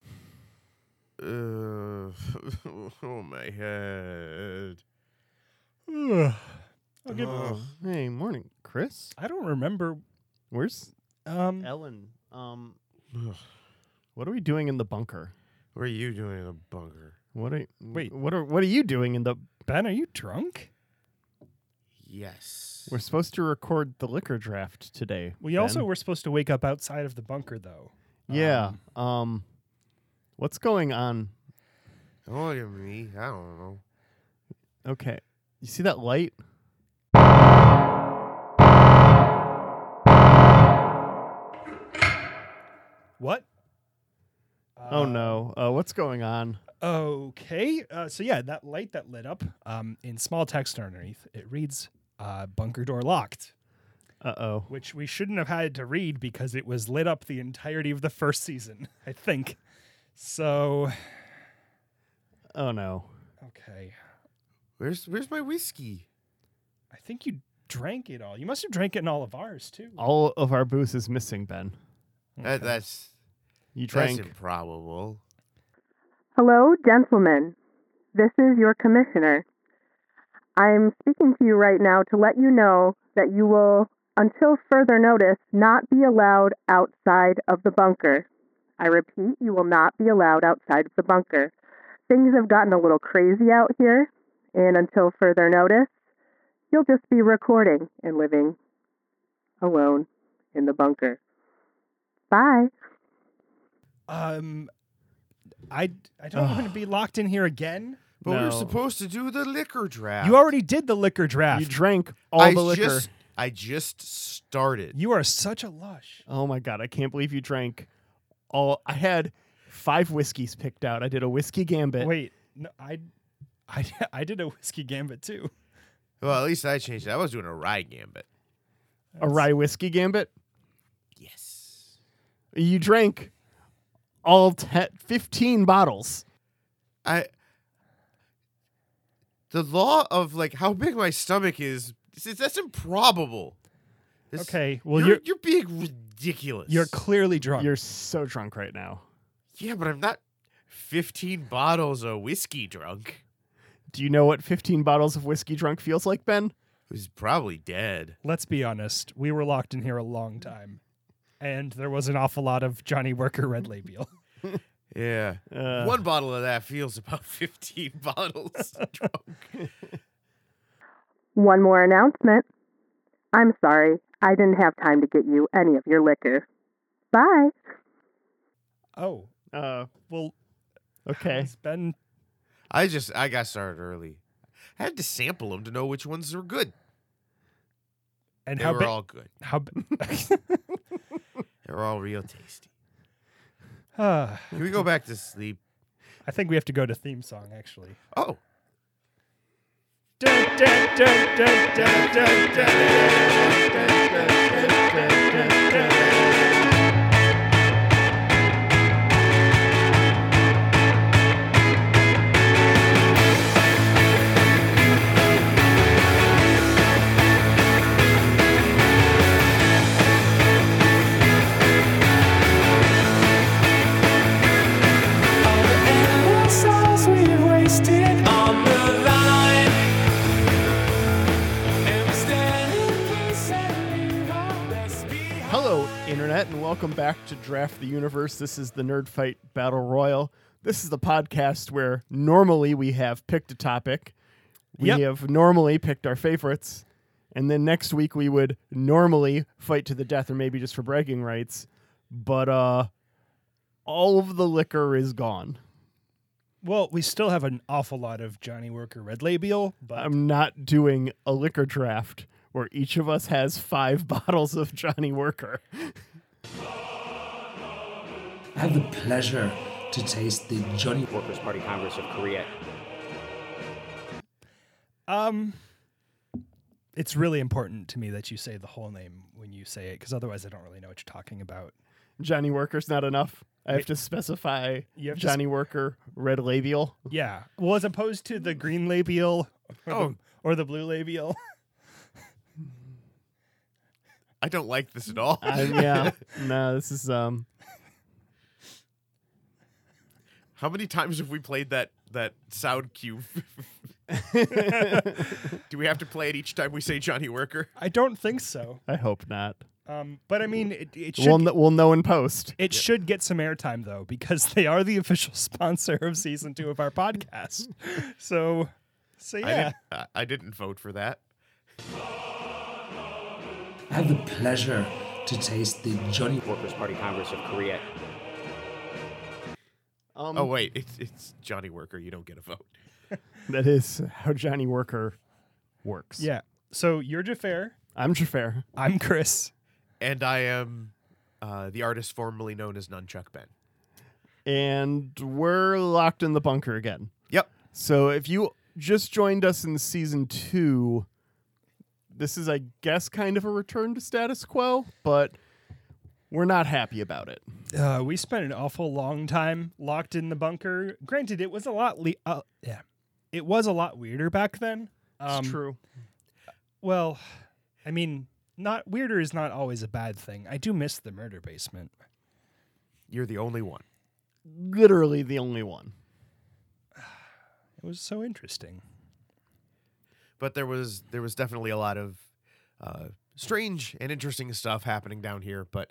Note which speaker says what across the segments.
Speaker 1: oh my head.
Speaker 2: I'll give-
Speaker 1: Oh, hey, morning, Chris.
Speaker 2: I don't remember.
Speaker 1: Where's
Speaker 2: Um,
Speaker 3: Ellen, um,
Speaker 1: Ugh,
Speaker 3: what are we doing in the bunker?
Speaker 1: what are you doing in the bunker?
Speaker 3: What are
Speaker 2: Wait.
Speaker 3: What are What are you doing in the?
Speaker 2: Ben, are you drunk?
Speaker 1: Yes.
Speaker 3: We're supposed to record the liquor draft today.
Speaker 2: We
Speaker 3: Ben.
Speaker 2: also were supposed to wake up outside of the bunker, though.
Speaker 3: yeah.
Speaker 2: Um,
Speaker 3: Um, what's going on?
Speaker 1: Don't look at me. I don't know.
Speaker 3: Okay, you see that light?
Speaker 2: what?
Speaker 3: oh
Speaker 2: Uh,
Speaker 3: no. Uh, what's going on?
Speaker 2: Okay. Uh, so yeah, that light that lit up um, in small text underneath it reads uh, "bunker door locked,"
Speaker 3: Uh oh.
Speaker 2: which we shouldn't have had to read because it was lit up the entirety of the first season, I think. So
Speaker 3: Oh no.
Speaker 2: okay,
Speaker 1: Where's where's my whiskey?
Speaker 2: I think you drank it all. You must have drank it in all of ours too.
Speaker 3: All of our booze is missing, Ben.
Speaker 1: That, Uh, that's
Speaker 3: You
Speaker 1: that's
Speaker 3: drank.
Speaker 1: improbable.
Speaker 4: Hello, gentlemen. This is your commissioner. I'm speaking to you right now to let you know that you will, until further notice, not be allowed outside of the bunker. I repeat, you will not be allowed outside of the bunker. Things have gotten a little crazy out here, and until further notice, you'll just be recording and living alone in the bunker. Bye.
Speaker 2: Um, I I don't want to be locked in here again.
Speaker 1: But we
Speaker 3: No.
Speaker 1: we're supposed to do the liquor draft.
Speaker 2: You already did the liquor draft.
Speaker 3: You
Speaker 2: You,
Speaker 3: drank all
Speaker 1: I
Speaker 3: the liquor.
Speaker 1: Just, I just started.
Speaker 2: are such a lush.
Speaker 3: Oh my god, I can't believe you drank all I had five whiskeys picked out. I did a whiskey gambit.
Speaker 2: Wait, no, I, I I did a whiskey gambit too.
Speaker 1: well, at least I changed it. I was doing a rye gambit.
Speaker 3: a rye whiskey gambit.
Speaker 1: Yes.
Speaker 3: You drank all te- 15 bottles.
Speaker 1: I the law of like how big my stomach is is- that's improbable. This-
Speaker 2: Okay, well,
Speaker 1: you're,
Speaker 2: you're-
Speaker 1: you're being ridiculous.
Speaker 2: You're clearly drunk.
Speaker 3: You're so drunk right now.
Speaker 1: yeah, but I'm not 15 bottles of whiskey drunk.
Speaker 3: Do you know what 15 bottles of whiskey drunk feels like, Ben?
Speaker 1: Who's probably dead.
Speaker 2: Let's be honest. We were locked in here a long time, and there was an awful lot of Johnny Worker Red Label.
Speaker 1: Yeah.
Speaker 3: Uh,
Speaker 1: One bottle of that feels about 15 bottles drunk.
Speaker 4: One more announcement. I'm sorry, I didn't have time to get you any of your liquor. Bye.
Speaker 2: oh,
Speaker 3: Uh,
Speaker 2: well,
Speaker 3: okay.
Speaker 2: it's been
Speaker 1: I just I got started early. I had to sample them to know which ones were good.
Speaker 2: and
Speaker 1: They
Speaker 2: how
Speaker 1: were
Speaker 2: big?
Speaker 1: all good.
Speaker 2: how? Ba-
Speaker 1: They were all real tasty.
Speaker 2: Ah,
Speaker 1: Can we go back to sleep?
Speaker 2: I think we have to go to theme song actually.
Speaker 1: Oh.
Speaker 2: Dun, dun, dun, dun, dun, dun, dun.
Speaker 3: Hello, Internet, and welcome back to Draft the Universe. This is the Nerd Fight Battle Royal. This is the podcast where normally we have picked a topic. We
Speaker 2: Yep.
Speaker 3: have normally picked our favorites. And then next week we would normally fight to the death or maybe just for bragging rights. But uh all of the liquor is gone.
Speaker 2: Well, we still have an awful lot of Johnny Worker Red Label, but
Speaker 3: I'm not doing a liquor draft where each of us has five bottles of Johnny Worker.
Speaker 5: I have the pleasure to taste the Johnny
Speaker 6: Workers' Party Congress of Korea.
Speaker 2: Um, it's really important to me that you say the whole name when you say it, because otherwise, I don't really know what you're talking about.
Speaker 3: Johnny Worker's not enough. I have to specify
Speaker 2: You have to
Speaker 3: Johnny Worker red labial.
Speaker 2: Yeah. Well, as opposed to the green labial or, the,
Speaker 1: Oh.
Speaker 2: or the blue labial.
Speaker 1: I don't like this at all.
Speaker 3: I'm, yeah, no, this is um.
Speaker 1: How many times have we played that that sound cue? Do we have to play it each time we say Johnny Worker?
Speaker 2: I don't think so.
Speaker 3: I hope not.
Speaker 2: Um, but I mean, it, it should
Speaker 3: We'll, kn- we'll know in post.
Speaker 2: it should get some airtime though because they are the official sponsor of season two of our podcast. so, so
Speaker 1: I
Speaker 2: yeah,
Speaker 1: didn't. I, I didn't vote for that.
Speaker 5: I have the pleasure to taste the Johnny
Speaker 6: Workers' Party Congress of Korea.
Speaker 3: Um,
Speaker 1: Oh wait, it's it's Johnny Worker. You don't get a vote.
Speaker 3: That is how Johnny Worker works.
Speaker 2: yeah. So you're Jafar.
Speaker 3: I'm Jafar.
Speaker 2: I'm Chris.
Speaker 1: And I am uh, the artist formerly known as Nunchuck Ben.
Speaker 3: And we're locked in the bunker again.
Speaker 1: Yep.
Speaker 3: So if you just joined us in season two, this is, I guess, kind of a return to status quo, but we're not happy about it.
Speaker 2: Uh, we spent an awful long time locked in the bunker. Granted, it was a lot. Le- uh, yeah, it was a lot weirder back then. Um,
Speaker 3: true.
Speaker 2: Well, I mean, not weirder is not always a bad thing. I do miss the murder basement.
Speaker 1: You're the only one.
Speaker 3: Literally the only one.
Speaker 2: It was so interesting.
Speaker 1: But there was there was definitely a lot of uh, strange and interesting stuff happening down here. But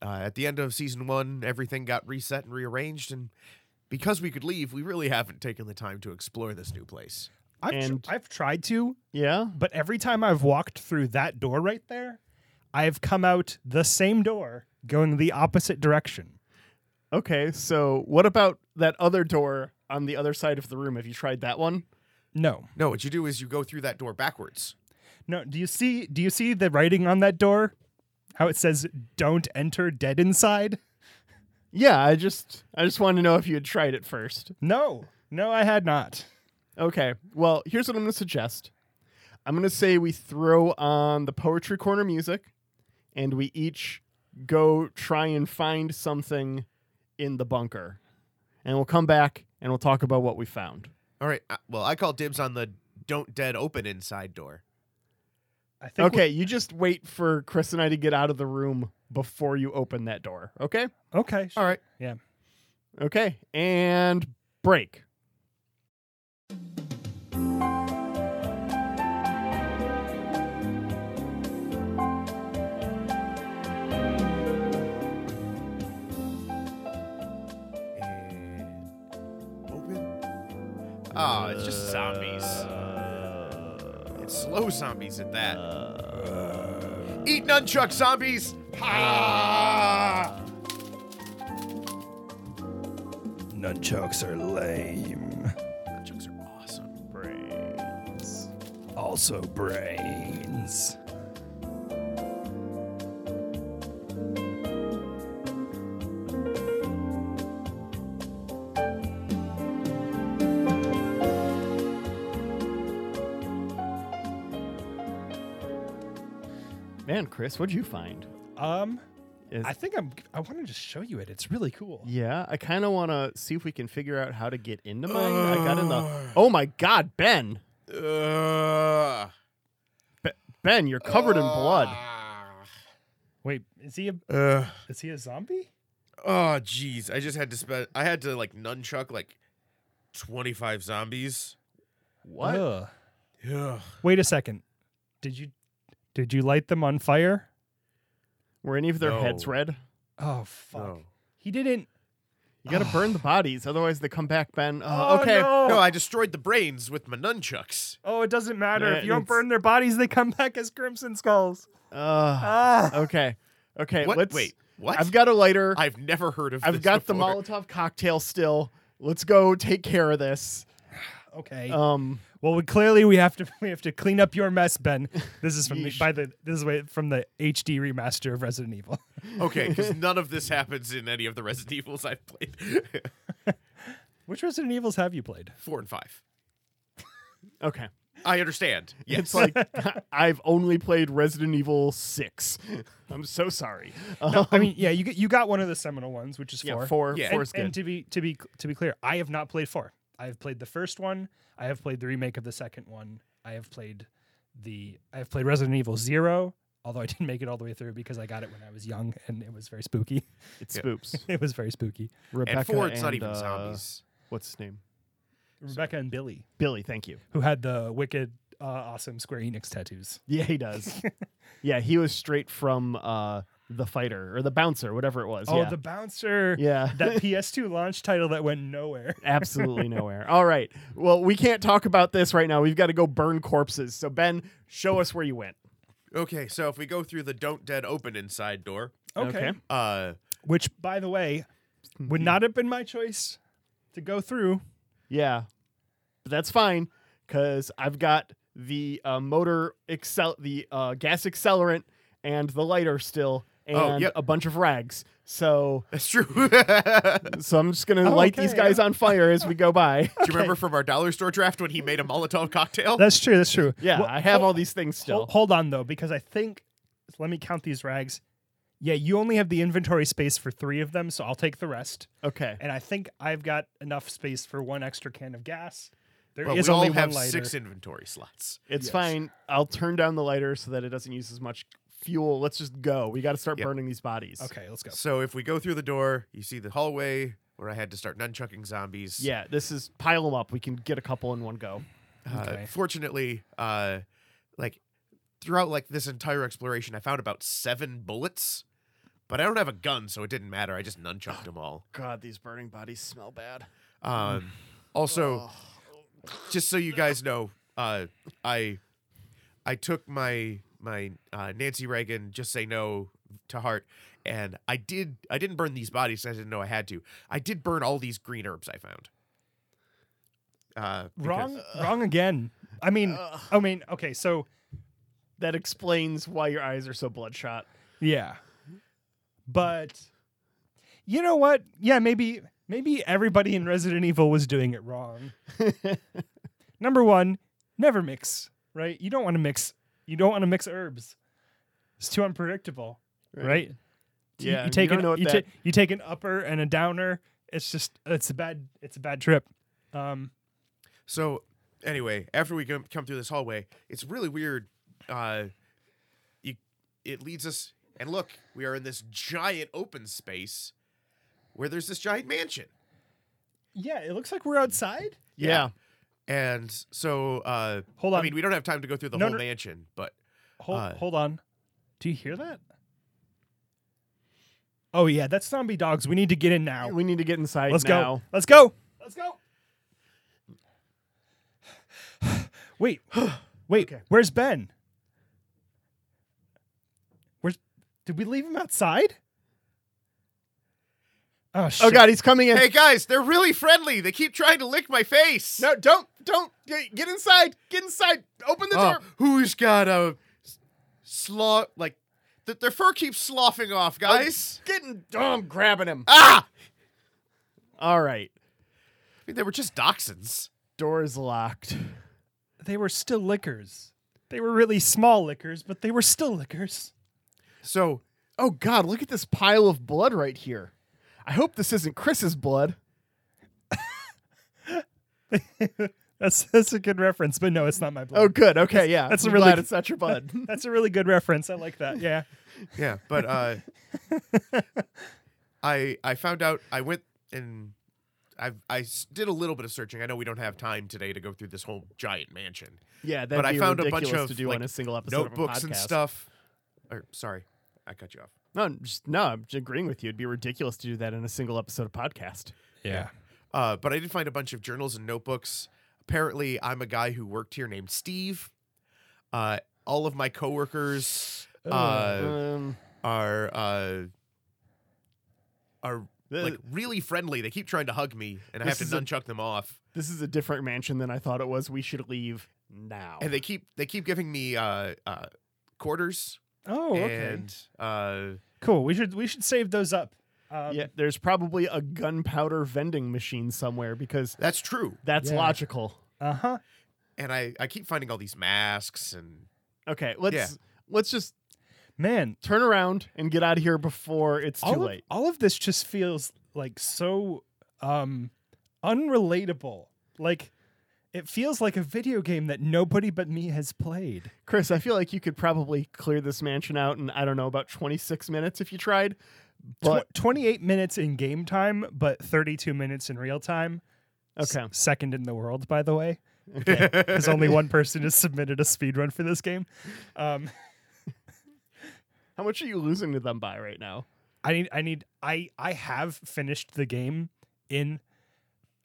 Speaker 1: uh, at the end of season one, everything got reset and rearranged, and because we could leave, we really haven't taken the time to explore this new place.
Speaker 2: I've, tr-
Speaker 3: And-
Speaker 2: I've tried to,
Speaker 3: Yeah.
Speaker 2: but every time I've walked through that door right there, I've come out the same door going the opposite direction.
Speaker 3: Okay. So what about that other door on the other side of the room? Have you tried that one?
Speaker 2: No.
Speaker 1: No, what you do is you go through that door backwards.
Speaker 2: No, do you see do you see the writing on that door? How it says don't enter dead inside?
Speaker 3: Yeah, I just I just wanted to know if you had tried it first.
Speaker 2: No. No, I had not.
Speaker 3: Okay. Well, here's what I'm going to suggest. I'm going to say we throw on the poetry corner music and we each go try and find something in the bunker. And we'll come back and we'll talk about what we found.
Speaker 1: All right. uh, Well, I call dibs on the don't dead open inside door.
Speaker 2: I think
Speaker 3: Okay, you just wait for Chris and I to get out of the room before you open that door. Okay?
Speaker 2: we- Okay.
Speaker 1: All right.
Speaker 2: Yeah.
Speaker 3: Okay. And break.
Speaker 1: And open. Ah, it's just zombies. It's slow zombies at that. Eat nunchuck zombies! Ha!
Speaker 2: Nunchucks are lame.
Speaker 1: Nunchucks are awesome.
Speaker 2: Also brains.
Speaker 3: Man, Chris, what'd you find?
Speaker 2: Um
Speaker 3: Is-
Speaker 2: I think I'm I want to just show you it. It's really cool.
Speaker 3: Yeah, I kind of want to see if we can figure out how to get into mine. I got in the. Oh my God, Ben!
Speaker 1: Ugh.
Speaker 3: Be- ben, you're covered in blood.
Speaker 2: Wait, is he a
Speaker 1: Ah. Ugh.
Speaker 2: is he a zombie?
Speaker 1: Oh, jeez. I just had to spend. I had to like nunchuck like 25 zombies.
Speaker 3: What?
Speaker 2: Ugh.
Speaker 1: Ugh.
Speaker 2: Wait a second. Did you did you light them on fire?
Speaker 3: Were any of their heads
Speaker 1: No.
Speaker 3: red?
Speaker 2: Oh fuck.
Speaker 1: No.
Speaker 2: He didn't.
Speaker 3: You gotta burn the bodies, otherwise they come back, Ben.
Speaker 2: Oh,
Speaker 3: Oh, okay.
Speaker 2: no.
Speaker 1: No, I destroyed the brains with my nunchucks.
Speaker 2: Oh, it doesn't matter.
Speaker 3: Yeah,
Speaker 2: if you don't
Speaker 3: it's-
Speaker 2: burn their bodies, they come back as crimson skulls.
Speaker 3: Uh,
Speaker 2: Ah.
Speaker 3: okay. Okay.
Speaker 1: What?
Speaker 3: Let's.
Speaker 1: Wait, what?
Speaker 3: I've got a lighter. I've,
Speaker 1: I've never heard of. this
Speaker 3: got
Speaker 1: before.
Speaker 3: the Molotov cocktail still. Let's go take care of this.
Speaker 2: Okay.
Speaker 3: Um.
Speaker 2: well, we, clearly we have to we have to clean up your mess, Ben. This is from the, by the this is way- from the HD remaster of Resident Evil.
Speaker 1: Okay, because none of this happens in any of the Resident Evils I've played.
Speaker 2: Which Resident Evils have you played?
Speaker 1: Four and five.
Speaker 3: Okay.
Speaker 1: I understand. Yes.
Speaker 3: It's like I've only played Resident Evil Six. I'm so sorry. Um,
Speaker 2: I mean, yeah, you get- you got one of the seminal ones, which is
Speaker 3: yeah,
Speaker 2: four.
Speaker 3: four.
Speaker 1: Yeah.
Speaker 3: Four
Speaker 2: And-
Speaker 3: is good.
Speaker 2: And to be to be to be clear, I have not played four. I have played the first one. I have played the remake of the second one. I have played the I have played Resident Evil Zero, although I didn't make it all the way through because I got it when I was young and it was very spooky.
Speaker 3: It
Speaker 1: Yeah.
Speaker 3: spoops.
Speaker 2: it was very spooky.
Speaker 3: Rebecca
Speaker 1: and four, it's not
Speaker 3: and,
Speaker 1: even
Speaker 3: uh,
Speaker 1: zombies.
Speaker 3: What's his name?
Speaker 2: Rebecca and Billy,
Speaker 3: Billy. Thank you.
Speaker 2: who had the wicked, uh, awesome Square Enix tattoos.
Speaker 3: Yeah, he does. yeah, he was straight from uh, the fighter or the bouncer, whatever it was.
Speaker 2: Oh,
Speaker 3: yeah.
Speaker 2: the bouncer.
Speaker 3: yeah.
Speaker 2: That PS2 launch title that went nowhere.
Speaker 3: Absolutely nowhere. All right. Well, we can't talk about this right now. We've got to go burn corpses. So Ben, show us where you went.
Speaker 1: Okay, so if we go through the don't dead open inside door,
Speaker 2: Okay.
Speaker 1: uh,
Speaker 2: Which, by the way,
Speaker 1: Hmm.
Speaker 2: would not have been my choice to go through.
Speaker 3: Yeah, but that's fine because I've got the uh, motor excel, the uh, gas accelerant, and the lighter still, and
Speaker 1: Oh, yep.
Speaker 3: a bunch of rags. So,
Speaker 1: that's true. Do you
Speaker 3: so I'm just gonna
Speaker 2: Oh,
Speaker 3: light
Speaker 2: okay,
Speaker 3: these guys on fire as we go by.
Speaker 1: remember from our dollar store draft when he made a Molotov cocktail?
Speaker 2: That's true. That's true.
Speaker 3: Yeah, I have all these things still.
Speaker 2: Hold, hold on though, because I think let me count these rags. Yeah, you only have the inventory space for three of them, so I'll take the rest.
Speaker 3: okay.
Speaker 2: And I think I've got enough space for one extra can of gas. There is
Speaker 1: But we
Speaker 2: only
Speaker 1: all have
Speaker 2: one lighter.
Speaker 1: six inventory slots.
Speaker 3: It's
Speaker 2: Yes.
Speaker 3: fine. I'll turn down the lighter so that it doesn't use as much fuel. Let's just go. We got to start
Speaker 1: Yep.
Speaker 3: burning these bodies.
Speaker 2: Okay, let's go.
Speaker 1: So if we go through the door, you see the hallway where I had to start nunchucking zombies.
Speaker 3: Yeah, this is pile them up. We can get a couple in one go.
Speaker 1: Uh,
Speaker 2: Okay.
Speaker 1: Fortunately, uh, like throughout like this entire exploration, I found about seven bullets, but I don't have a gun, so it didn't matter. I just nunchucked them all.
Speaker 3: God, these burning bodies smell bad.
Speaker 1: Um, also, just so you guys know, uh, I I took my my uh, Nancy Reagan just say no to heart, and I did I didn't burn these bodies. 'cause I didn't know I had to. I did burn all these green herbs I found. Uh, because-
Speaker 2: Wrong, wrong again. I mean, I mean, okay, so
Speaker 3: That explains why your eyes are so bloodshot.
Speaker 2: yeah, but you know what? Yeah, maybe maybe everybody in Resident Evil was doing it wrong. number one, never mix, right? You don't want to mix. You don't want to mix herbs. It's too unpredictable, right? You-
Speaker 3: Yeah,
Speaker 2: you take an
Speaker 3: you don't know what
Speaker 2: you,
Speaker 3: that-
Speaker 2: ta- you take an upper and a downer. It's just it's a bad it's a bad trip. Um,
Speaker 1: So anyway, after we come, come through this hallway, it's really weird. Uh, you, it leads us, and look, we are in this giant open space where there's this giant mansion.
Speaker 2: yeah, it looks like we're outside.
Speaker 3: Yeah.
Speaker 1: And so, uh,
Speaker 2: Hold on.
Speaker 1: I mean, we don't have time to go through the
Speaker 2: No,
Speaker 1: whole
Speaker 2: no-
Speaker 1: mansion, but
Speaker 2: Hold
Speaker 1: Uh,
Speaker 2: hold on. Do you hear that? Oh yeah, that's zombie dogs. We need to get in now.
Speaker 3: We need to get inside
Speaker 2: Let's
Speaker 3: now.
Speaker 2: go. Let's go. Let's go. Wait. Wait. Where's Ben? Where's Did we leave him outside? Oh shit.
Speaker 3: Oh God, he's coming in.
Speaker 1: hey, guys, they're really friendly. They keep trying to lick my face.
Speaker 3: No, don't, don't Get- get inside. Get inside. Open the
Speaker 1: Oh,
Speaker 3: door.
Speaker 1: who's got a sloth? Like, th- their fur keeps sloughing off, guys.
Speaker 3: Getting. Oh, I'm grabbing him.
Speaker 1: ah,
Speaker 3: All right.
Speaker 1: I mean, they were just dachshunds.
Speaker 3: Door is locked.
Speaker 2: They were still liquors. They were really small liquors, but they were still liquors.
Speaker 1: So
Speaker 3: Oh God, look at this pile of blood right here. I hope this isn't Chris's blood.
Speaker 2: That's that's a good reference, but no, it's not my blood.
Speaker 3: Oh, good. Okay, yeah.
Speaker 2: that's a
Speaker 3: I'm
Speaker 2: really
Speaker 3: glad
Speaker 2: good-
Speaker 3: it's not your blood.
Speaker 2: That's a really good reference. I like that. Yeah.
Speaker 1: Yeah, but uh, I I found out I went and I I s- did a little bit of searching. I know we don't have time today to go through this whole giant mansion.
Speaker 3: yeah, that'd
Speaker 1: But I
Speaker 3: be
Speaker 1: found a
Speaker 3: ridiculous
Speaker 1: bunch of
Speaker 3: to do
Speaker 1: like,
Speaker 3: on a single episode of a
Speaker 1: notebooks and
Speaker 3: podcast.
Speaker 1: stuff. Or sorry, I cut you off.
Speaker 3: No, I'm just, no, I'm just agreeing with you. It'd be ridiculous to do that in a single episode of podcast.
Speaker 2: Yeah.
Speaker 1: Uh, but I did find a bunch of journals and notebooks. Apparently, I'm a guy who worked here named Steve. Uh, all of my coworkers uh,
Speaker 3: um,
Speaker 1: are uh, are
Speaker 3: th-
Speaker 1: like really friendly. They keep trying to hug me, and I have
Speaker 3: Uh, This
Speaker 1: to
Speaker 3: is a-
Speaker 1: nunchuck them off.
Speaker 3: this is a different mansion than I thought it was. We should leave now.
Speaker 1: and they keep they keep giving me uh, uh, quarters
Speaker 2: Oh, okay.
Speaker 1: and uh,
Speaker 2: cool. We should we should save those up. Um,
Speaker 3: Uh, yeah, there's probably a gunpowder vending machine somewhere because
Speaker 1: that's true.
Speaker 3: that's
Speaker 2: Yeah.
Speaker 3: logical.
Speaker 2: Uh huh.
Speaker 1: And I I keep finding all these masks and
Speaker 3: Okay, let's let's just
Speaker 2: Man,
Speaker 3: turn around and get out of here before it's too
Speaker 2: all
Speaker 3: late.
Speaker 2: Of, all of this just feels like so um unrelatable. Like It feels like a video game that nobody but me has played.
Speaker 3: Chris, I feel like you could probably clear this mansion out in, I don't know, about 26 minutes if you tried.
Speaker 2: Tw-
Speaker 3: But
Speaker 2: 28 minutes in game time, but 32 minutes in real time. S-
Speaker 3: okay.
Speaker 2: second in the world, by the way. Because only one person has submitted a speedrun for this game. Um,
Speaker 3: How much are you losing to them by right now?
Speaker 2: I need, I need, I, I have finished the game in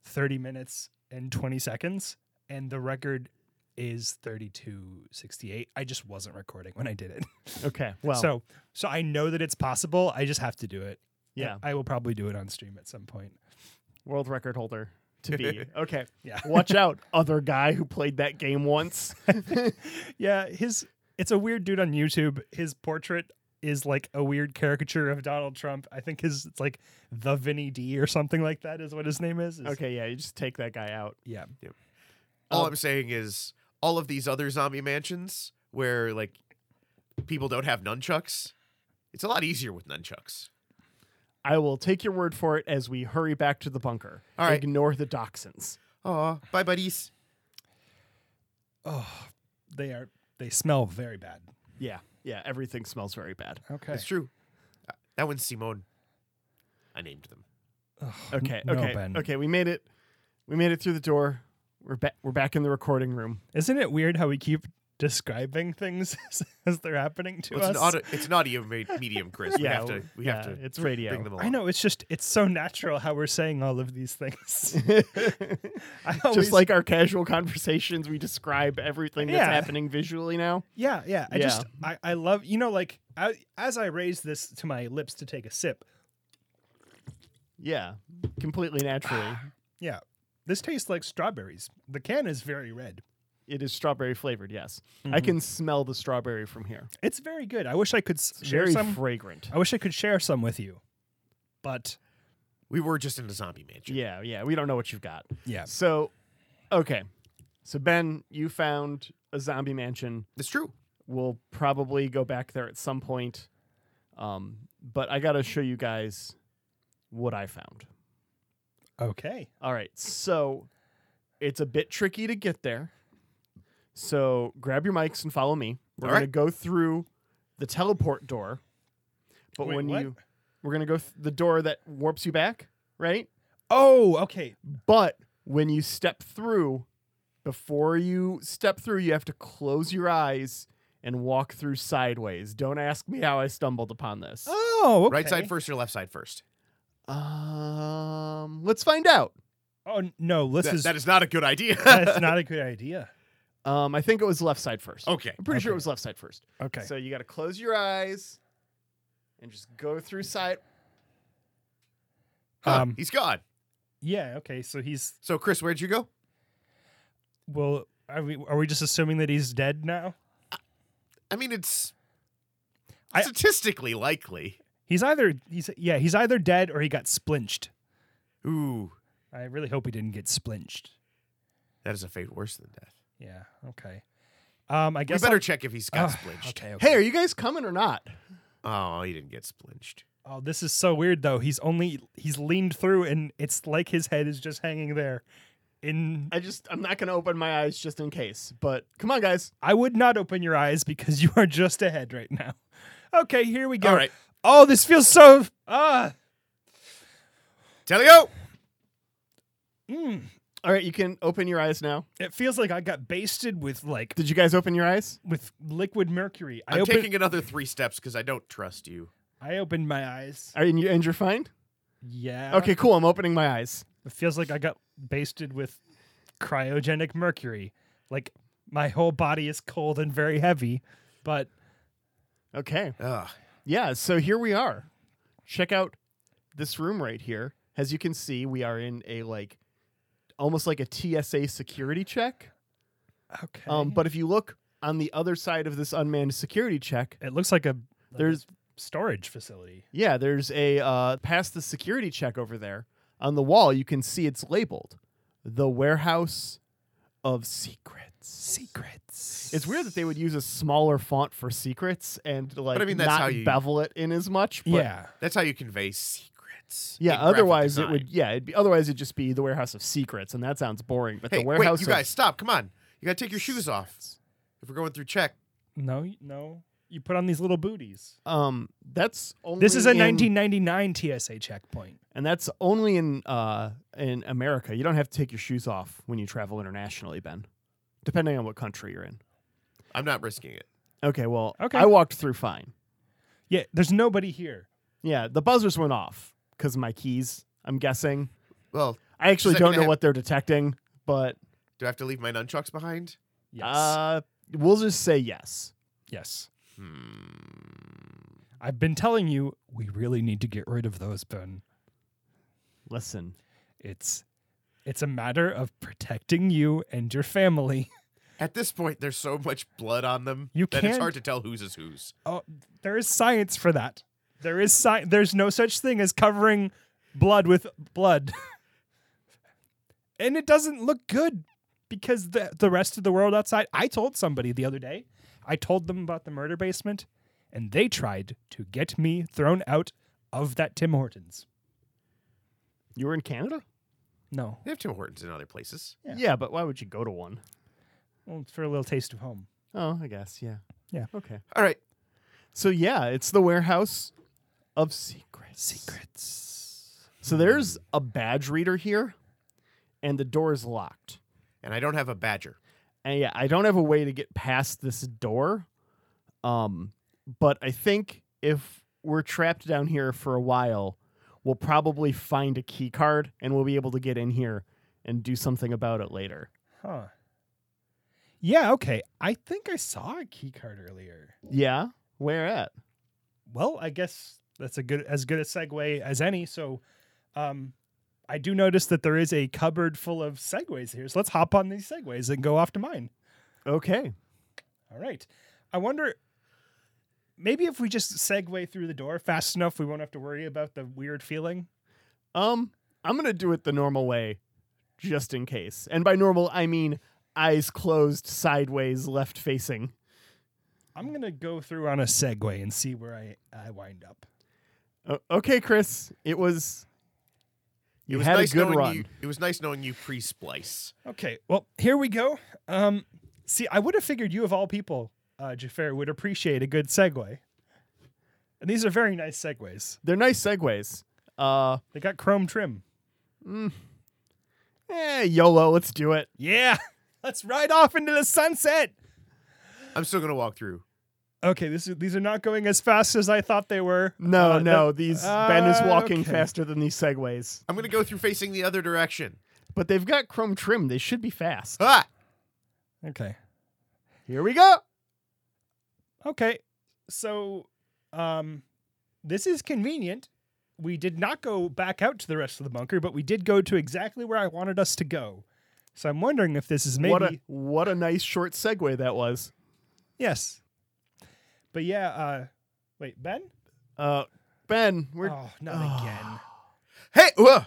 Speaker 2: 30 minutes and 20 seconds, and the record is 3268. I just wasn't recording when I did it.
Speaker 3: Okay. Well,
Speaker 2: So, so I know that it's possible. I just have to do it.
Speaker 3: yeah,
Speaker 2: I will probably do it on stream at some point.
Speaker 3: world record holder to be. Okay.
Speaker 2: Yeah.
Speaker 3: Watch out, other guy who played that game once.
Speaker 2: Yeah, his it's a weird dude on YouTube. His portrait is like a weird caricature of Donald Trump. I think his it's like the Vinny D or something like that is what his name is. Is-
Speaker 3: okay. Yeah. You just take that guy out.
Speaker 2: Yeah.
Speaker 1: All
Speaker 3: Um,
Speaker 1: I'm saying is all of these other zombie mansions where like people don't have nunchucks. It's a lot easier with nunchucks.
Speaker 3: I will take your word for it as we hurry back to the bunker.
Speaker 1: All right.
Speaker 3: Ignore the dachshunds.
Speaker 1: Aw, bye buddies.
Speaker 2: Oh, they are they smell very bad.
Speaker 3: Yeah. Yeah. Everything smells very bad.
Speaker 2: Okay.
Speaker 1: It's true. Uh, That one's Simone. I named them.
Speaker 3: Okay.
Speaker 2: No,
Speaker 3: okay.
Speaker 2: Ben.
Speaker 3: Okay. We made it. We made it through the door. We're back. We're back in the recording room.
Speaker 2: Isn't it weird how we keep describing things as, as they're happening to
Speaker 1: Well, it's,
Speaker 2: us?
Speaker 1: an audio, it's an audio ma- medium, Chris. We
Speaker 3: Yeah,
Speaker 1: have to. We have to.
Speaker 3: yeah, it's radio.
Speaker 1: Bring them along.
Speaker 2: I know it's just it's so natural how we're saying all of these things. I always,
Speaker 3: Just like our casual conversations, we describe everything that's
Speaker 2: Yeah.
Speaker 3: happening visually now.
Speaker 2: Yeah, yeah. I just
Speaker 3: Yeah.
Speaker 2: I, I love you know like I, as I raise this to my lips to take a sip.
Speaker 3: Yeah, completely naturally.
Speaker 2: Yeah. This tastes like strawberries. The can is very red.
Speaker 3: it is strawberry flavored. Yes,
Speaker 2: Mm-hmm.
Speaker 3: I can smell the strawberry from here.
Speaker 2: It's very good. I wish I could s- share
Speaker 3: Very
Speaker 2: some.
Speaker 3: fragrant.
Speaker 2: I wish I could share some with you. But
Speaker 1: We were just in the zombie mansion.
Speaker 3: Yeah, yeah. We don't know what you've got.
Speaker 2: yeah.
Speaker 3: So, okay. So Ben, you found a zombie mansion.
Speaker 1: It's true.
Speaker 3: We'll probably go back there at some point. Um, but I gotta show you guys what I found. Oh.
Speaker 2: Okay.
Speaker 3: All right. So it's a bit tricky to get there. So grab your mics and follow me. We're
Speaker 1: All
Speaker 3: going
Speaker 1: right.
Speaker 3: to go through the teleport door. But
Speaker 2: Wait,
Speaker 3: when
Speaker 2: what?
Speaker 3: you we're going to go th- the door that warps you back, right?
Speaker 2: Oh, okay.
Speaker 3: But when you step through, before you step through, you have to close your eyes and walk through sideways. Don't ask me how I stumbled upon this.
Speaker 2: Oh, okay.
Speaker 1: Right side first or left side first?
Speaker 3: Um, let's find out.
Speaker 2: Oh n- no, this
Speaker 1: That-
Speaker 2: is
Speaker 1: that is not a good idea.
Speaker 2: that's not a good idea.
Speaker 3: Um, I think it was left side first.
Speaker 1: okay.
Speaker 3: I'm pretty sure
Speaker 2: Oh, Okay.
Speaker 3: it was left side first.
Speaker 2: Okay.
Speaker 3: So you got to close your eyes and just go through side.
Speaker 1: Huh,
Speaker 2: Um,
Speaker 1: he's gone.
Speaker 2: yeah. Okay. So he's
Speaker 1: So Chris, where'd you go?
Speaker 2: well. Are we are we just assuming that he's dead now?
Speaker 1: I mean, it's
Speaker 2: I-
Speaker 1: statistically likely.
Speaker 2: He's either he's yeah he's either dead or he got splinched.
Speaker 1: Ooh,
Speaker 2: I really hope he didn't get splinched.
Speaker 1: that is a fate worse than death.
Speaker 2: Yeah. Okay. Um, I
Speaker 1: We
Speaker 2: guess
Speaker 1: better
Speaker 2: I'll-
Speaker 1: check if he's got
Speaker 2: Ugh,
Speaker 1: splinched.
Speaker 2: Okay, okay.
Speaker 3: Hey, are you guys coming or not?
Speaker 1: Oh, he didn't get splinched.
Speaker 2: Oh, this is so weird though. He's only he's leaned through, and it's like his head is just hanging there. In
Speaker 3: I just I'm not gonna open my eyes just in case. But come on, guys.
Speaker 2: I would not open your eyes because you are just ahead right now. Okay, here we go.
Speaker 1: All right,
Speaker 2: Oh, this feels so ah.
Speaker 1: Telio.
Speaker 2: mm.
Speaker 3: All right, you can open your eyes now.
Speaker 2: It feels like I got basted with like
Speaker 3: Did you guys open your eyes?
Speaker 2: with liquid mercury. I
Speaker 1: I'm
Speaker 2: opened
Speaker 1: taking another three steps because I don't trust you.
Speaker 2: I opened my eyes.
Speaker 3: Are you, and you're fine?
Speaker 2: Yeah.
Speaker 3: Okay, cool. I'm opening my eyes.
Speaker 2: It feels like I got basted with cryogenic mercury. Like my whole body is cold and very heavy, but
Speaker 3: Okay.
Speaker 1: Ugh.
Speaker 3: Yeah. So here we are. Check out this room right here. As you can see, we are in a like almost like a TSA security check.
Speaker 2: okay.
Speaker 3: Um, but if you look on the other side of this unmanned security check,
Speaker 2: it looks like a like
Speaker 3: There's-
Speaker 2: a storage facility.
Speaker 3: Yeah, there's a uh, past the security check over there on the wall. You can see it's labeled the warehouse of secrets.
Speaker 2: Secrets.
Speaker 3: It's weird that they would use a smaller font for secrets and like
Speaker 1: I mean, that's
Speaker 3: not
Speaker 1: how you-
Speaker 3: bevel it in as much. But
Speaker 2: yeah.
Speaker 1: That's how you convey secrets. secrets.
Speaker 3: Yeah,
Speaker 1: in graphic
Speaker 3: otherwise it
Speaker 1: design.
Speaker 3: would. Yeah, it'd be, otherwise it'd just be the warehouse of secrets, and that sounds boring. But
Speaker 1: Hey,
Speaker 3: the warehouse.
Speaker 1: wait, you
Speaker 3: of-
Speaker 1: guys, stop! Come on, you gotta take your shoes off. If we're going through check,
Speaker 2: No, y- no. You put on these little booties.
Speaker 3: um, that's only
Speaker 2: This is a
Speaker 3: in-
Speaker 2: 1999 TSA checkpoint.
Speaker 3: and that's only in uh in America. You don't have to take your shoes off when you travel internationally, Ben. Depending on what country you're in.
Speaker 1: I'm not risking it.
Speaker 3: Okay, well,
Speaker 2: Okay.
Speaker 3: I walked through fine.
Speaker 2: Yeah, there's nobody here.
Speaker 3: Yeah, the buzzers went off because my keys. I'm guessing.
Speaker 1: Well,
Speaker 3: I actually
Speaker 1: Second
Speaker 3: don't know
Speaker 1: hand-
Speaker 3: what they're detecting, but
Speaker 1: do I have to leave my nunchucks behind?
Speaker 2: Yes.
Speaker 3: uh, we'll just say yes.
Speaker 2: yes.
Speaker 1: Hmm.
Speaker 2: I've been telling you, we really need to get rid of those, Ben.
Speaker 3: Listen,
Speaker 2: It's it's a matter of protecting you and your family.
Speaker 1: At this point, there's so much blood on them
Speaker 2: You
Speaker 1: that it's
Speaker 2: can't-
Speaker 1: hard to tell whose is whose.
Speaker 2: Oh, there is science for that. There is sci- there's no such thing as covering blood with blood. and it doesn't look good because the the rest of the world outside I told somebody the other day. I told them about the murder basement and they tried to get me thrown out of that Tim Hortons.
Speaker 3: you were in Canada.
Speaker 2: No.
Speaker 1: They have Tim Hortons in other places.
Speaker 2: Yeah.
Speaker 3: yeah, but why would you go to one?
Speaker 2: Well, it's for a little taste of home.
Speaker 3: Oh, I guess. Yeah.
Speaker 2: Yeah.
Speaker 3: Okay.
Speaker 1: All right,
Speaker 3: So yeah, it's the warehouse of secrets.
Speaker 2: Secrets.
Speaker 3: So there's a badge reader here, and the door is locked.
Speaker 1: and I don't have a badger.
Speaker 3: And yeah, I don't have a way to get past this door. Um, but I think if we're trapped down here for a while, we'll probably find a key card and we'll be able to get in here and do something about it later.
Speaker 2: Huh. Yeah, okay. I think I saw a key card earlier.
Speaker 3: Yeah? Where at?
Speaker 2: Well, I guess that's a good as good a segue as any. So, um, I do notice that there is a cupboard full of segues here. So let's hop on these segues and go off to mine.
Speaker 3: Okay.
Speaker 2: All right. I wonder. Maybe if we just segue through the door fast enough, we won't have to worry about the weird feeling.
Speaker 3: Um, I'm gonna do it the normal way, just in case. And by normal, I mean eyes closed, sideways, left facing.
Speaker 2: I'm gonna go through on a segue and see where I, I wind up.
Speaker 3: O- okay, Chris, it was. You
Speaker 1: it was
Speaker 3: had
Speaker 1: nice
Speaker 3: a good
Speaker 1: knowing
Speaker 3: run.
Speaker 1: you. It was nice knowing you pre-splice.
Speaker 2: Okay, well here we go. Um, see, I would have figured you of all people, uh, Jafar, would appreciate a good segue. And these are very nice segues.
Speaker 3: They're nice segues. Uh,
Speaker 2: They got chrome trim.
Speaker 3: eh, YOLO, let's do it.
Speaker 2: Yeah. Let's ride off into the sunset.
Speaker 1: I'm still gonna walk through.
Speaker 2: Okay, this is, these are not going as fast as I thought they were.
Speaker 3: No,
Speaker 2: Uh,
Speaker 3: no,
Speaker 2: that-
Speaker 3: these Ben is
Speaker 2: Uh,
Speaker 3: walking
Speaker 2: okay.
Speaker 3: faster than these segues.
Speaker 1: I'm gonna go through facing the other direction.
Speaker 3: But they've got chrome trim. They should be fast.
Speaker 1: Ah,
Speaker 2: Okay.
Speaker 3: Here we go.
Speaker 2: Okay. So, um, this is convenient. We did not go back out to the rest of the bunker, but we did go to exactly where I wanted us to go. So I'm wondering if this is maybe
Speaker 3: What a what a nice short segue that was.
Speaker 2: yes. But yeah. Uh, wait, Ben.
Speaker 3: Uh, Ben, we're
Speaker 2: oh, not again.
Speaker 1: hey, whoa.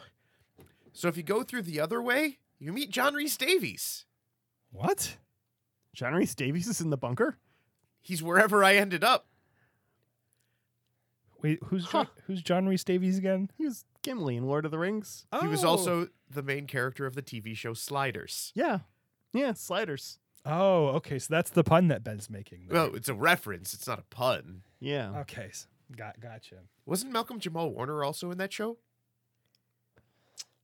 Speaker 1: So if you go through the other way, you meet John Reese Davies.
Speaker 2: What?
Speaker 3: John Reese Davies is in the bunker.
Speaker 1: He's wherever I ended up.
Speaker 2: Wait, who's John, who's John Reese Davies again?
Speaker 3: He was Gimli in Lord of the Rings.
Speaker 1: He was
Speaker 2: Oh.
Speaker 1: also the main character of the TV show Sliders.
Speaker 3: Yeah. Yeah, sliders.
Speaker 2: Oh, okay. So that's the pun that Ben's making. there.
Speaker 1: Well, it's a reference. It's not a pun.
Speaker 3: Yeah.
Speaker 2: Okay, s- got gotcha.
Speaker 1: Wasn't Malcolm Jamal Warner also in that show?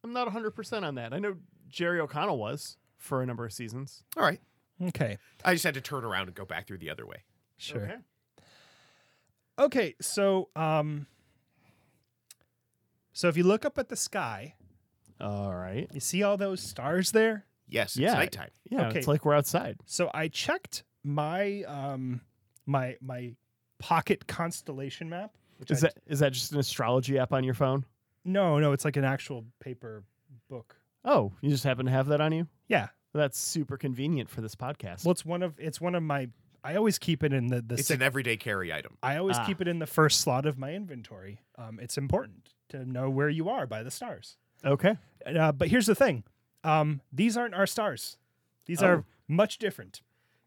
Speaker 3: I'm not 100% on that. I know Jerry O'Connell was for a number of seasons.
Speaker 1: All right.
Speaker 2: Okay,
Speaker 1: I just had to turn around and go back through the other way.
Speaker 2: sure. Okay. so um, so if you look up at the sky,
Speaker 3: All right.
Speaker 2: you see all those stars there.
Speaker 1: Yes, it's
Speaker 3: Yeah.
Speaker 1: nighttime.
Speaker 3: Yeah,
Speaker 2: Okay.
Speaker 3: it's like we're outside.
Speaker 2: So I checked my um my my pocket constellation map. Which
Speaker 3: Is
Speaker 2: I-
Speaker 3: that is that just an astrology app on your phone?
Speaker 2: No, no, it's like an actual paper book.
Speaker 3: Oh, you just happen to have that on you?
Speaker 2: Yeah.
Speaker 3: That's super convenient for this podcast.
Speaker 2: Well, it's one of it's one of my. I always keep it in the the.
Speaker 1: It's
Speaker 2: sec-
Speaker 1: an everyday carry item.
Speaker 2: I always
Speaker 3: Ah.
Speaker 2: keep it in the first slot of my inventory. Um, it's important to know where you are by the stars.
Speaker 3: okay.
Speaker 2: Uh, but here's the thing: um, these aren't our stars. These
Speaker 3: Oh.
Speaker 2: are much different.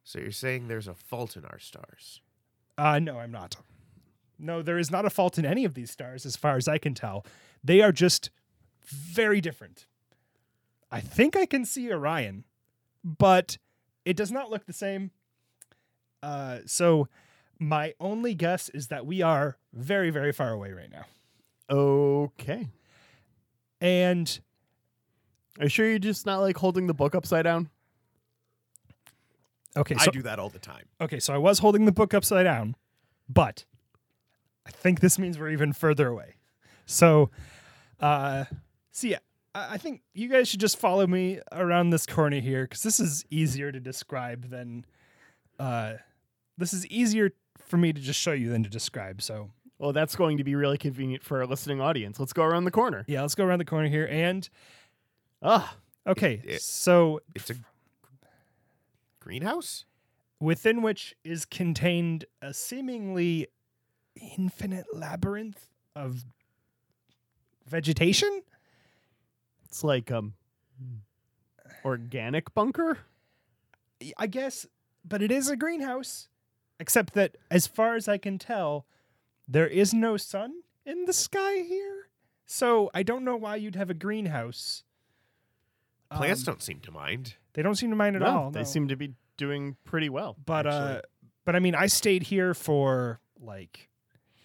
Speaker 1: So you're saying there's a fault in our stars.
Speaker 2: Uh, no, I'm not. No, there is not a fault in any of these stars, as far as I can tell. They are just very different. I think I can see Orion, but it does not look the same. Uh, so, my only guess is that we are very, very far away right now.
Speaker 3: Okay.
Speaker 2: And
Speaker 3: Are you sure you're just not like holding the book upside down?
Speaker 2: okay,
Speaker 1: I
Speaker 2: so
Speaker 1: do that all the time.
Speaker 2: okay, so I was holding the book upside down, but I think this means we're even further away. So, uh, see, I I think you guys should just follow me around this corner here because this is easier to describe than, uh, this is easier for me to just show you than to describe. So,
Speaker 3: Well, that's going to be really convenient for our listening audience. Let's go around the corner.
Speaker 2: yeah, let's go around the corner here. And
Speaker 3: Ah,
Speaker 2: okay,
Speaker 1: it-
Speaker 2: so
Speaker 1: It's a greenhouse.
Speaker 2: within which is contained a seemingly infinite labyrinth of vegetation.
Speaker 3: it's like um
Speaker 2: Hmm.
Speaker 3: organic bunker.
Speaker 2: Y- I guess, but it is a greenhouse, except that as far as I can tell, there is no sun in the sky here. So I don't know why you'd have a greenhouse.
Speaker 1: Plants
Speaker 2: Um,
Speaker 1: don't seem to mind.
Speaker 2: They don't seem to mind at
Speaker 3: No,
Speaker 2: all.
Speaker 3: they
Speaker 2: no.
Speaker 3: seem to be doing pretty well.
Speaker 2: but
Speaker 3: actually.
Speaker 2: uh but i mean i stayed here for like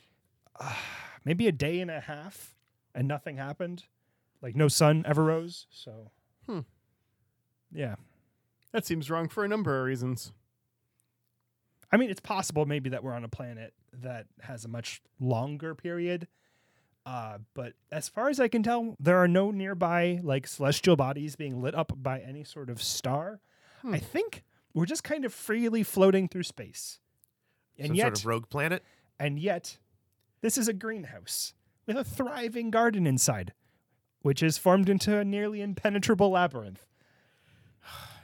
Speaker 2: uh, maybe a day and a half and nothing happened like no sun ever rose so
Speaker 3: Hmm.
Speaker 2: yeah
Speaker 3: that seems wrong for a number of reasons.
Speaker 2: i mean it's possible maybe that we're on a planet that has a much longer period uh, but as far as i can tell there are no nearby like celestial bodies being lit up by any sort of star
Speaker 3: Hmm.
Speaker 2: i think we're just kind of freely floating through space and
Speaker 1: Some
Speaker 2: yet
Speaker 1: sort of rogue planet.
Speaker 2: And yet, this is a greenhouse with a thriving garden inside, which is formed into a nearly impenetrable labyrinth.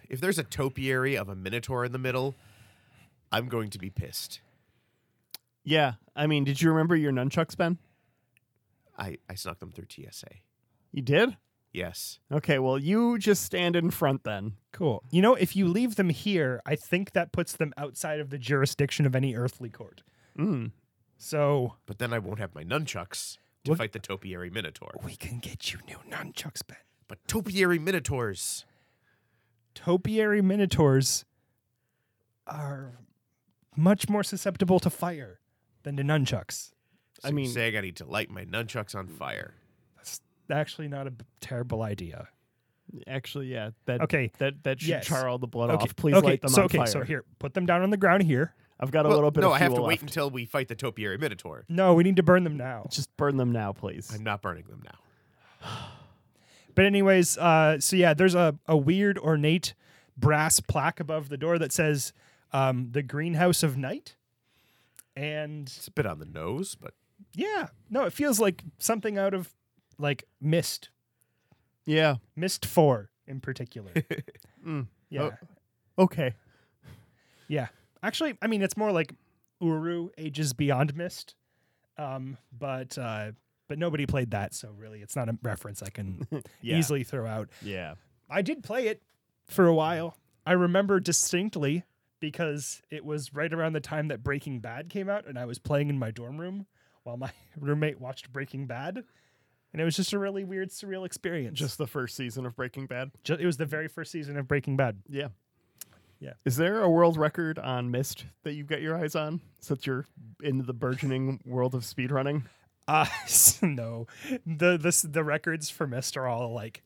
Speaker 1: If there's a topiary of a minotaur in the middle, I'm going to be pissed.
Speaker 3: Yeah, I mean, did you remember your nunchucks, Ben?
Speaker 1: I, I snuck them through TSA.
Speaker 3: You did.
Speaker 1: Yes.
Speaker 3: Okay, well, you just stand in front then.
Speaker 2: Cool. You know, if you leave them here, I think that puts them outside of the jurisdiction of any earthly court.
Speaker 3: Mm.
Speaker 2: So
Speaker 1: But then I won't have my nunchucks to
Speaker 2: What-
Speaker 1: fight the topiary minotaur.
Speaker 2: we can get you new nunchucks, Ben.
Speaker 1: But topiary minotaurs.
Speaker 2: Topiary minotaurs are much more susceptible to fire than to nunchucks.
Speaker 1: So
Speaker 3: I
Speaker 1: you're
Speaker 3: mean-
Speaker 1: saying I need to light my nunchucks on fire.
Speaker 2: That's actually not a b- terrible idea.
Speaker 3: Actually, yeah. That
Speaker 2: Okay.
Speaker 3: That that should
Speaker 2: Yes.
Speaker 3: char all the blood
Speaker 2: okay.
Speaker 3: off. Please
Speaker 2: okay.
Speaker 3: light them
Speaker 2: so,
Speaker 3: on
Speaker 2: okay,
Speaker 3: fire.
Speaker 2: So here, put them down on the ground here.
Speaker 3: I've got a little bit.
Speaker 1: no,
Speaker 3: of
Speaker 1: I have to
Speaker 3: fuel
Speaker 1: wait
Speaker 3: left.
Speaker 1: until we fight the topiary minotaur.
Speaker 2: No, we need to burn them now.
Speaker 3: Just burn them now, please.
Speaker 1: I'm not burning them now.
Speaker 2: But anyways, uh, so yeah, there's a, a weird ornate brass plaque above the door that says um, the greenhouse of night. And
Speaker 1: It's a bit on the nose, but
Speaker 2: yeah, no, it feels like something out of like Mist,
Speaker 3: yeah.
Speaker 2: Mist 4 in particular.
Speaker 3: Mm.
Speaker 2: Yeah.
Speaker 3: Oh. Okay.
Speaker 2: Yeah. Actually, I mean, it's more like Uru Ages Beyond Mist. Um, but uh, but nobody played that, so really it's not a reference I can
Speaker 3: Yeah.
Speaker 2: easily throw out.
Speaker 3: Yeah.
Speaker 2: I did play it for a while. I remember distinctly because it was right around the time that Breaking Bad came out, and I was playing in my dorm room while my roommate watched Breaking Bad. And it was just a really weird, surreal experience.
Speaker 3: Just the first season of Breaking Bad.
Speaker 2: Ju- it was the very first season of Breaking Bad.
Speaker 3: Yeah.
Speaker 2: Yeah.
Speaker 3: Is there a world record on Mist that you've got your eyes on since you're into the burgeoning world of speedrunning?
Speaker 2: Uh, no, the this the records for Mist are all like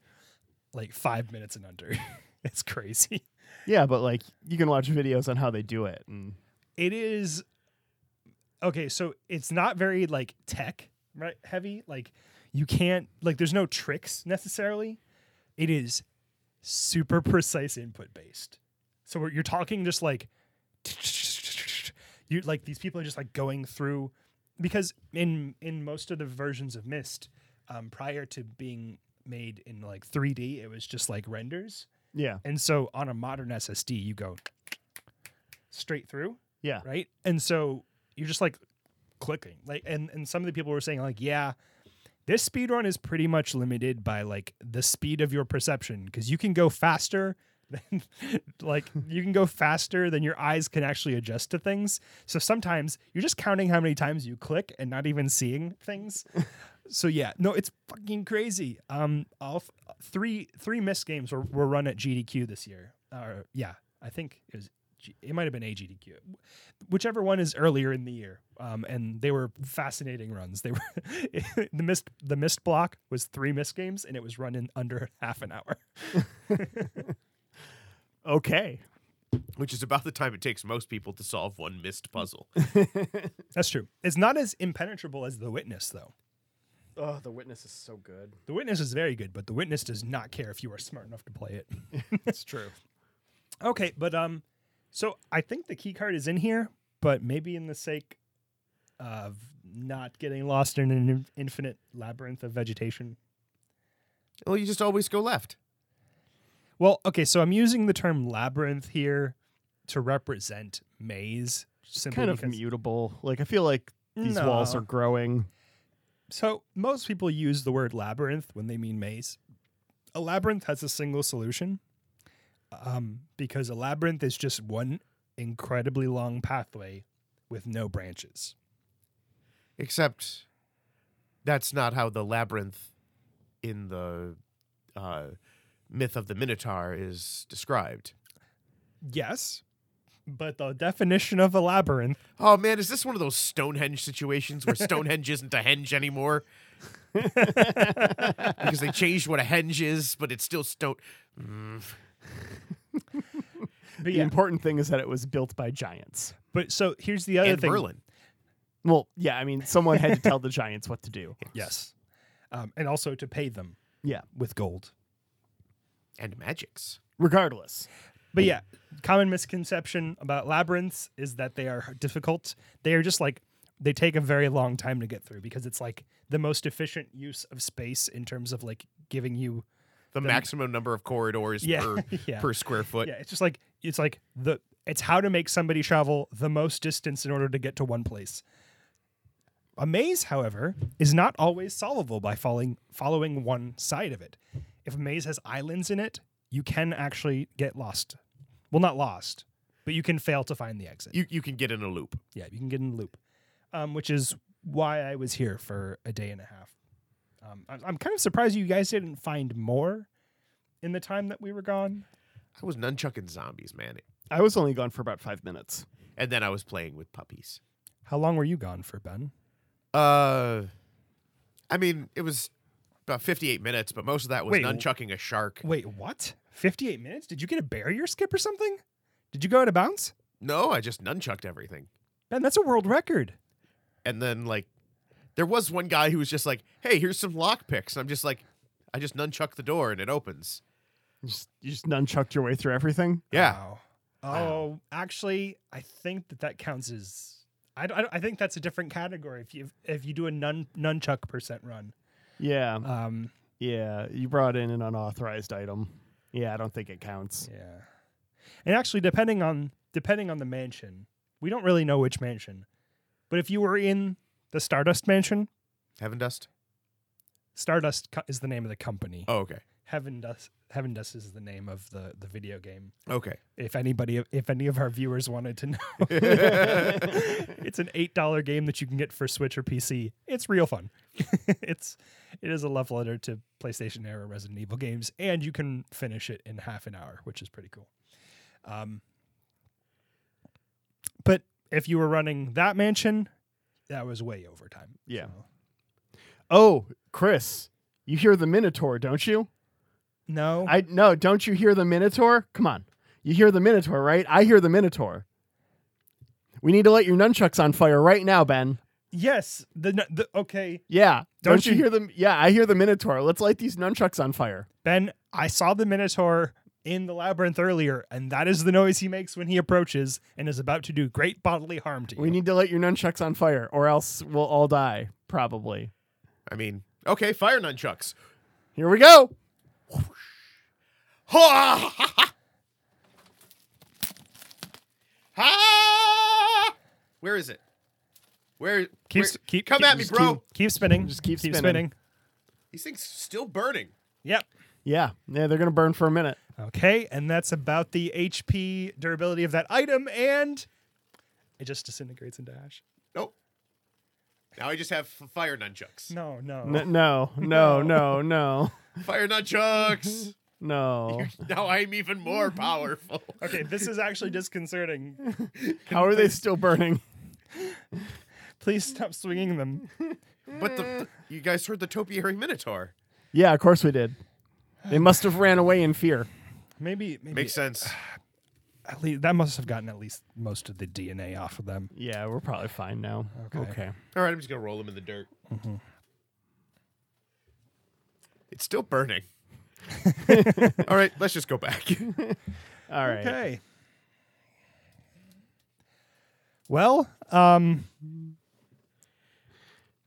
Speaker 2: like five minutes and under. it's crazy.
Speaker 3: Yeah, but like you can watch videos on how they do it. And
Speaker 2: it is okay so it's not very like tech right heavy like you can't like there's no tricks necessarily it is super precise input based so we're- you're talking just like you like these people are just like going through because in in most of the versions of mist um, prior to being made in like 3d it was just like renders
Speaker 3: yeah,
Speaker 2: and so on a modern ssd you go straight through
Speaker 3: yeah,
Speaker 2: right and so you're just like clicking like and and some of the people were saying like yeah this speed run is pretty much limited by like the speed of your perception because you can go faster like you can go faster than your eyes can actually adjust to things. So sometimes you're just counting how many times you click and not even seeing things. so yeah, no, it's fucking crazy. Um, all f- three three missed games were, were run at GDQ this year. Or yeah, I think it was. G- It might have been AGDQ, whichever one is earlier in the year. Um, and they were fascinating runs. They were the missed the missed block was three missed games, and it was run in under half an hour.
Speaker 3: Okay.
Speaker 1: which is about the time it takes most people to solve one missed puzzle.
Speaker 2: That's true. It's not as impenetrable as The Witness, though.
Speaker 3: Oh, the witness is so good.
Speaker 2: The Witness is very good, but The Witness does not care if you are smart enough to play it.
Speaker 3: It's true.
Speaker 2: okay, but um, so I think the key card is in here, but maybe in the sake of not getting lost in an in- infinite labyrinth of vegetation.
Speaker 1: Well, you just always go left.
Speaker 2: Well, okay, so I'm using the term labyrinth here to represent maze. Simply
Speaker 3: kind of
Speaker 2: because-
Speaker 3: mutable. Like I feel like these walls
Speaker 2: No.
Speaker 3: are growing.
Speaker 2: So most people use the word labyrinth when they mean maze. A labyrinth has a single solution um, because a labyrinth is just one incredibly long pathway with no branches.
Speaker 1: Except that's not how the labyrinth in the uh, myth of the Minotaur is described.
Speaker 2: Yes, but the definition of a labyrinth,
Speaker 1: Oh man, is this one of those Stonehenge situations where Stonehenge isn't a henge anymore? because they changed what a henge is, but it's still stone. Mm.
Speaker 2: but
Speaker 3: The
Speaker 2: yeah,
Speaker 3: important thing is that it was built by giants.
Speaker 2: but so here's the other
Speaker 1: And
Speaker 2: thing.
Speaker 1: Merlin.
Speaker 3: Well, yeah, I mean, someone had to tell the giants what to do.
Speaker 2: Yes, um, and also to pay them
Speaker 3: Yeah.
Speaker 2: with gold.
Speaker 1: and magics.
Speaker 3: Regardless.
Speaker 2: But yeah, common misconception about labyrinths is that they are difficult. They are just like they take a very long time to get through because it's like the most efficient use of space in terms of like giving you
Speaker 1: The, maximum number of corridors
Speaker 2: Yeah,
Speaker 1: per
Speaker 2: yeah.
Speaker 1: per square foot.
Speaker 2: yeah, it's just like it's like the it's how to make somebody travel the most distance in order to get to one place. A maze, however, is not always solvable by following following one side of it. If a maze has islands in it, you can actually get lost. Well, not lost, but you can fail to find the exit.
Speaker 1: You you can get in a loop.
Speaker 2: Yeah, you can get in the loop, um, which is why I was here for a day and a half. Um, I'm, I'm kind of surprised you guys didn't find more in the time that we were gone.
Speaker 1: I was nunchucking zombies, man,
Speaker 3: I was only gone for about five minutes.
Speaker 1: and then I was playing with puppies.
Speaker 2: How long were you gone for, Ben?
Speaker 1: Uh, I mean, it was about fifty-eight minutes, but most of that was
Speaker 2: Wait,
Speaker 1: nunchucking a shark.
Speaker 2: Wait, what? 58 minutes? Did you get a barrier skip or something? Did you go out of bounds?
Speaker 1: No, I just nunchucked everything,
Speaker 2: Ben, that's a world record.
Speaker 1: and then like, there was one guy who was just like, "Hey, here's some lock picks." And I'm just like, I just nunchuck the door and it opens.
Speaker 3: You just, you just nunchucked your way through everything.
Speaker 1: Yeah,
Speaker 2: Wow. Oh, actually, I think that that counts as. I, d- I d- I think that's a different category if you if you do a nun, nunchuck percent run.
Speaker 3: Yeah.
Speaker 2: Um,
Speaker 3: Yeah. You brought in an unauthorized item. Yeah, I don't think it counts.
Speaker 2: Yeah. And actually depending on depending on the mansion, we don't really know which mansion. But if you were in the Stardust mansion,
Speaker 1: heaven dust.
Speaker 2: Stardust co- is the name of the company.
Speaker 1: Oh, okay,
Speaker 2: Heaven Dust Heaven Dust is the name of the the video game.
Speaker 1: okay.
Speaker 2: If anybody if any of our viewers wanted to know. it's an $8 game that you can get for Switch or PC. It's real fun. it's it is a love letter to PlayStation era Resident Evil games and you can finish it in half an hour, which is pretty cool. Um but if you were running that mansion, that was way overtime.
Speaker 3: Yeah.
Speaker 2: So-
Speaker 3: Oh, Chris, you hear the Minotaur, don't you?
Speaker 2: No.
Speaker 3: I no, don't you hear the Minotaur? Come on. You hear the Minotaur, right? I hear the Minotaur. We need to light your nunchucks on fire right now, Ben.
Speaker 2: yes, the, nu- the okay,
Speaker 3: Yeah. Don't,
Speaker 2: Don't
Speaker 3: you,
Speaker 2: you-
Speaker 3: hear the Yeah, I hear the Minotaur. Let's light these nunchucks on fire.
Speaker 2: Ben, I saw the Minotaur in the labyrinth earlier, and that is the noise he makes when he approaches and is about to do great bodily harm to you.
Speaker 3: We need to light your nunchucks on fire or else we'll all die, probably.
Speaker 1: I mean, okay, fire nunchucks.
Speaker 3: Here we go.
Speaker 1: Ha! Ha! Where is it? Where?
Speaker 2: keep,
Speaker 1: where-
Speaker 2: s- keep
Speaker 1: come
Speaker 2: keep-
Speaker 1: at me,
Speaker 2: just
Speaker 1: bro.
Speaker 2: Keep, keep spinning.
Speaker 3: Just keep
Speaker 2: keep
Speaker 3: spinning.
Speaker 2: spinning.
Speaker 1: These things still burning.
Speaker 2: Yep.
Speaker 3: Yeah, yeah, they're gonna burn for a minute.
Speaker 2: Okay, and that's about the HP durability of that item, and it just disintegrates into ash.
Speaker 1: Nope. Now I just have f- fire nunchucks.
Speaker 2: No, no.
Speaker 3: N- no, no, no, no,
Speaker 1: Fire nunchucks.
Speaker 3: no.
Speaker 1: now I'm even more powerful.
Speaker 2: Okay, this is actually disconcerting.
Speaker 3: How are they still burning?
Speaker 2: Please stop swinging them.
Speaker 1: But the, you guys heard the topiary minotaur.
Speaker 3: Yeah, of course we did. They must have ran away in fear.
Speaker 2: Maybe, maybe
Speaker 1: Makes sense.
Speaker 2: at least, that must have gotten at least most of the DNA off of them.
Speaker 3: Yeah, we're probably fine now.
Speaker 2: Okay.
Speaker 1: All right, I'm just gonna roll him in the dirt. It's still burning. All right, let's just go back.
Speaker 3: All right.
Speaker 2: Okay. Well, um,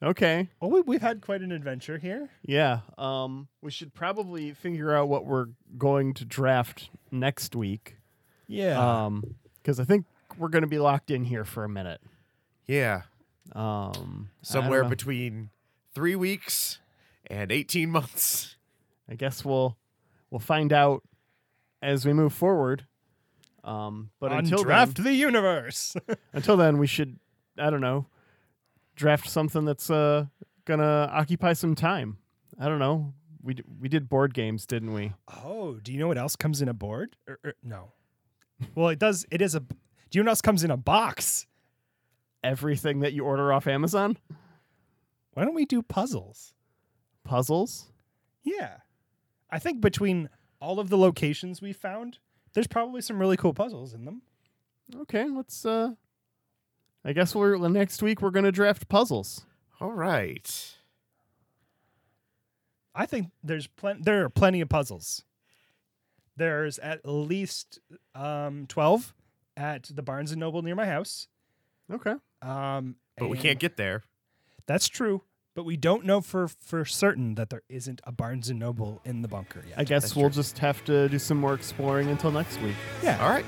Speaker 3: Okay.
Speaker 2: well, we, we've had quite an adventure here.
Speaker 3: Yeah. Um, we should probably figure out what we're going to draft next week.
Speaker 2: Yeah.
Speaker 3: Um, because I think we're going to be locked in here for a minute.
Speaker 1: Yeah,
Speaker 3: Um, I
Speaker 1: somewhere
Speaker 3: don't know.
Speaker 1: between three weeks and 18 months.
Speaker 3: I guess we'll we'll find out as we move forward. Um, but
Speaker 2: On
Speaker 3: until
Speaker 2: draft
Speaker 3: then,
Speaker 2: the universe.
Speaker 3: until then, we should I don't know draft something that's uh gonna occupy some time. I don't know. We d- we did board games, didn't we?
Speaker 2: Oh, do you know what else comes in a board? Or, or- no. Well, it does. It is a. b- Do you know what else comes in a box?
Speaker 3: Everything that you order off Amazon,
Speaker 2: Why don't we do puzzles?
Speaker 3: puzzles.
Speaker 2: Yeah, I think between all of the locations we found, there's probably some really cool puzzles in them.
Speaker 3: Okay, let's. uh I guess we're well, next week. We're gonna draft puzzles.
Speaker 1: All right.
Speaker 2: I think there's plenty. There are plenty of puzzles. There's at least um, twelve at the Barnes and Noble near my house.
Speaker 3: Okay.
Speaker 2: Um,
Speaker 1: But we
Speaker 2: and-
Speaker 1: can't get there.
Speaker 2: That's true. But we don't know for for certain that there isn't a Barnes and Noble in the bunker yet.
Speaker 3: I guess we'll just have to do some more exploring until next week.
Speaker 2: yeah.
Speaker 1: All right.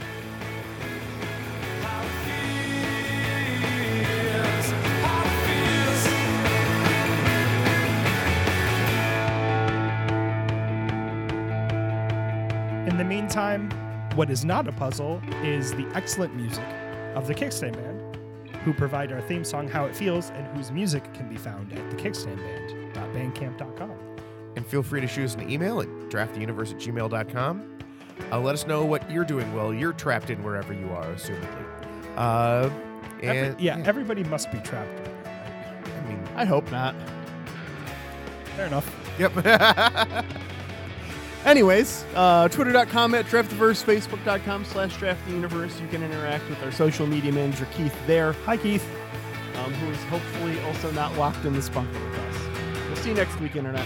Speaker 2: In the meantime, what is not a puzzle is the excellent music of the Kickstand Band, who provide our theme song How It Feels and whose music can be found at thekickstandband.bandcamp.com.
Speaker 1: And feel free to shoot us an email at drafttheuniverse at gmail.com. Uh, let us know what you're doing while you're trapped in wherever you are, assumedly. Uh,
Speaker 2: Every-
Speaker 1: and
Speaker 2: yeah, everybody must be trapped. right now,
Speaker 1: I mean,
Speaker 3: I hope not.
Speaker 2: right? Fair enough.
Speaker 1: yep.
Speaker 3: Anyways, uh, twitter.com at draftdiverse, facebook.com slash drafttheuniverse. You can interact with our social media manager, Keith, there,
Speaker 2: Hi, Keith.
Speaker 3: um, who is hopefully also not locked in this bunker with us. We'll see you next week, Internet.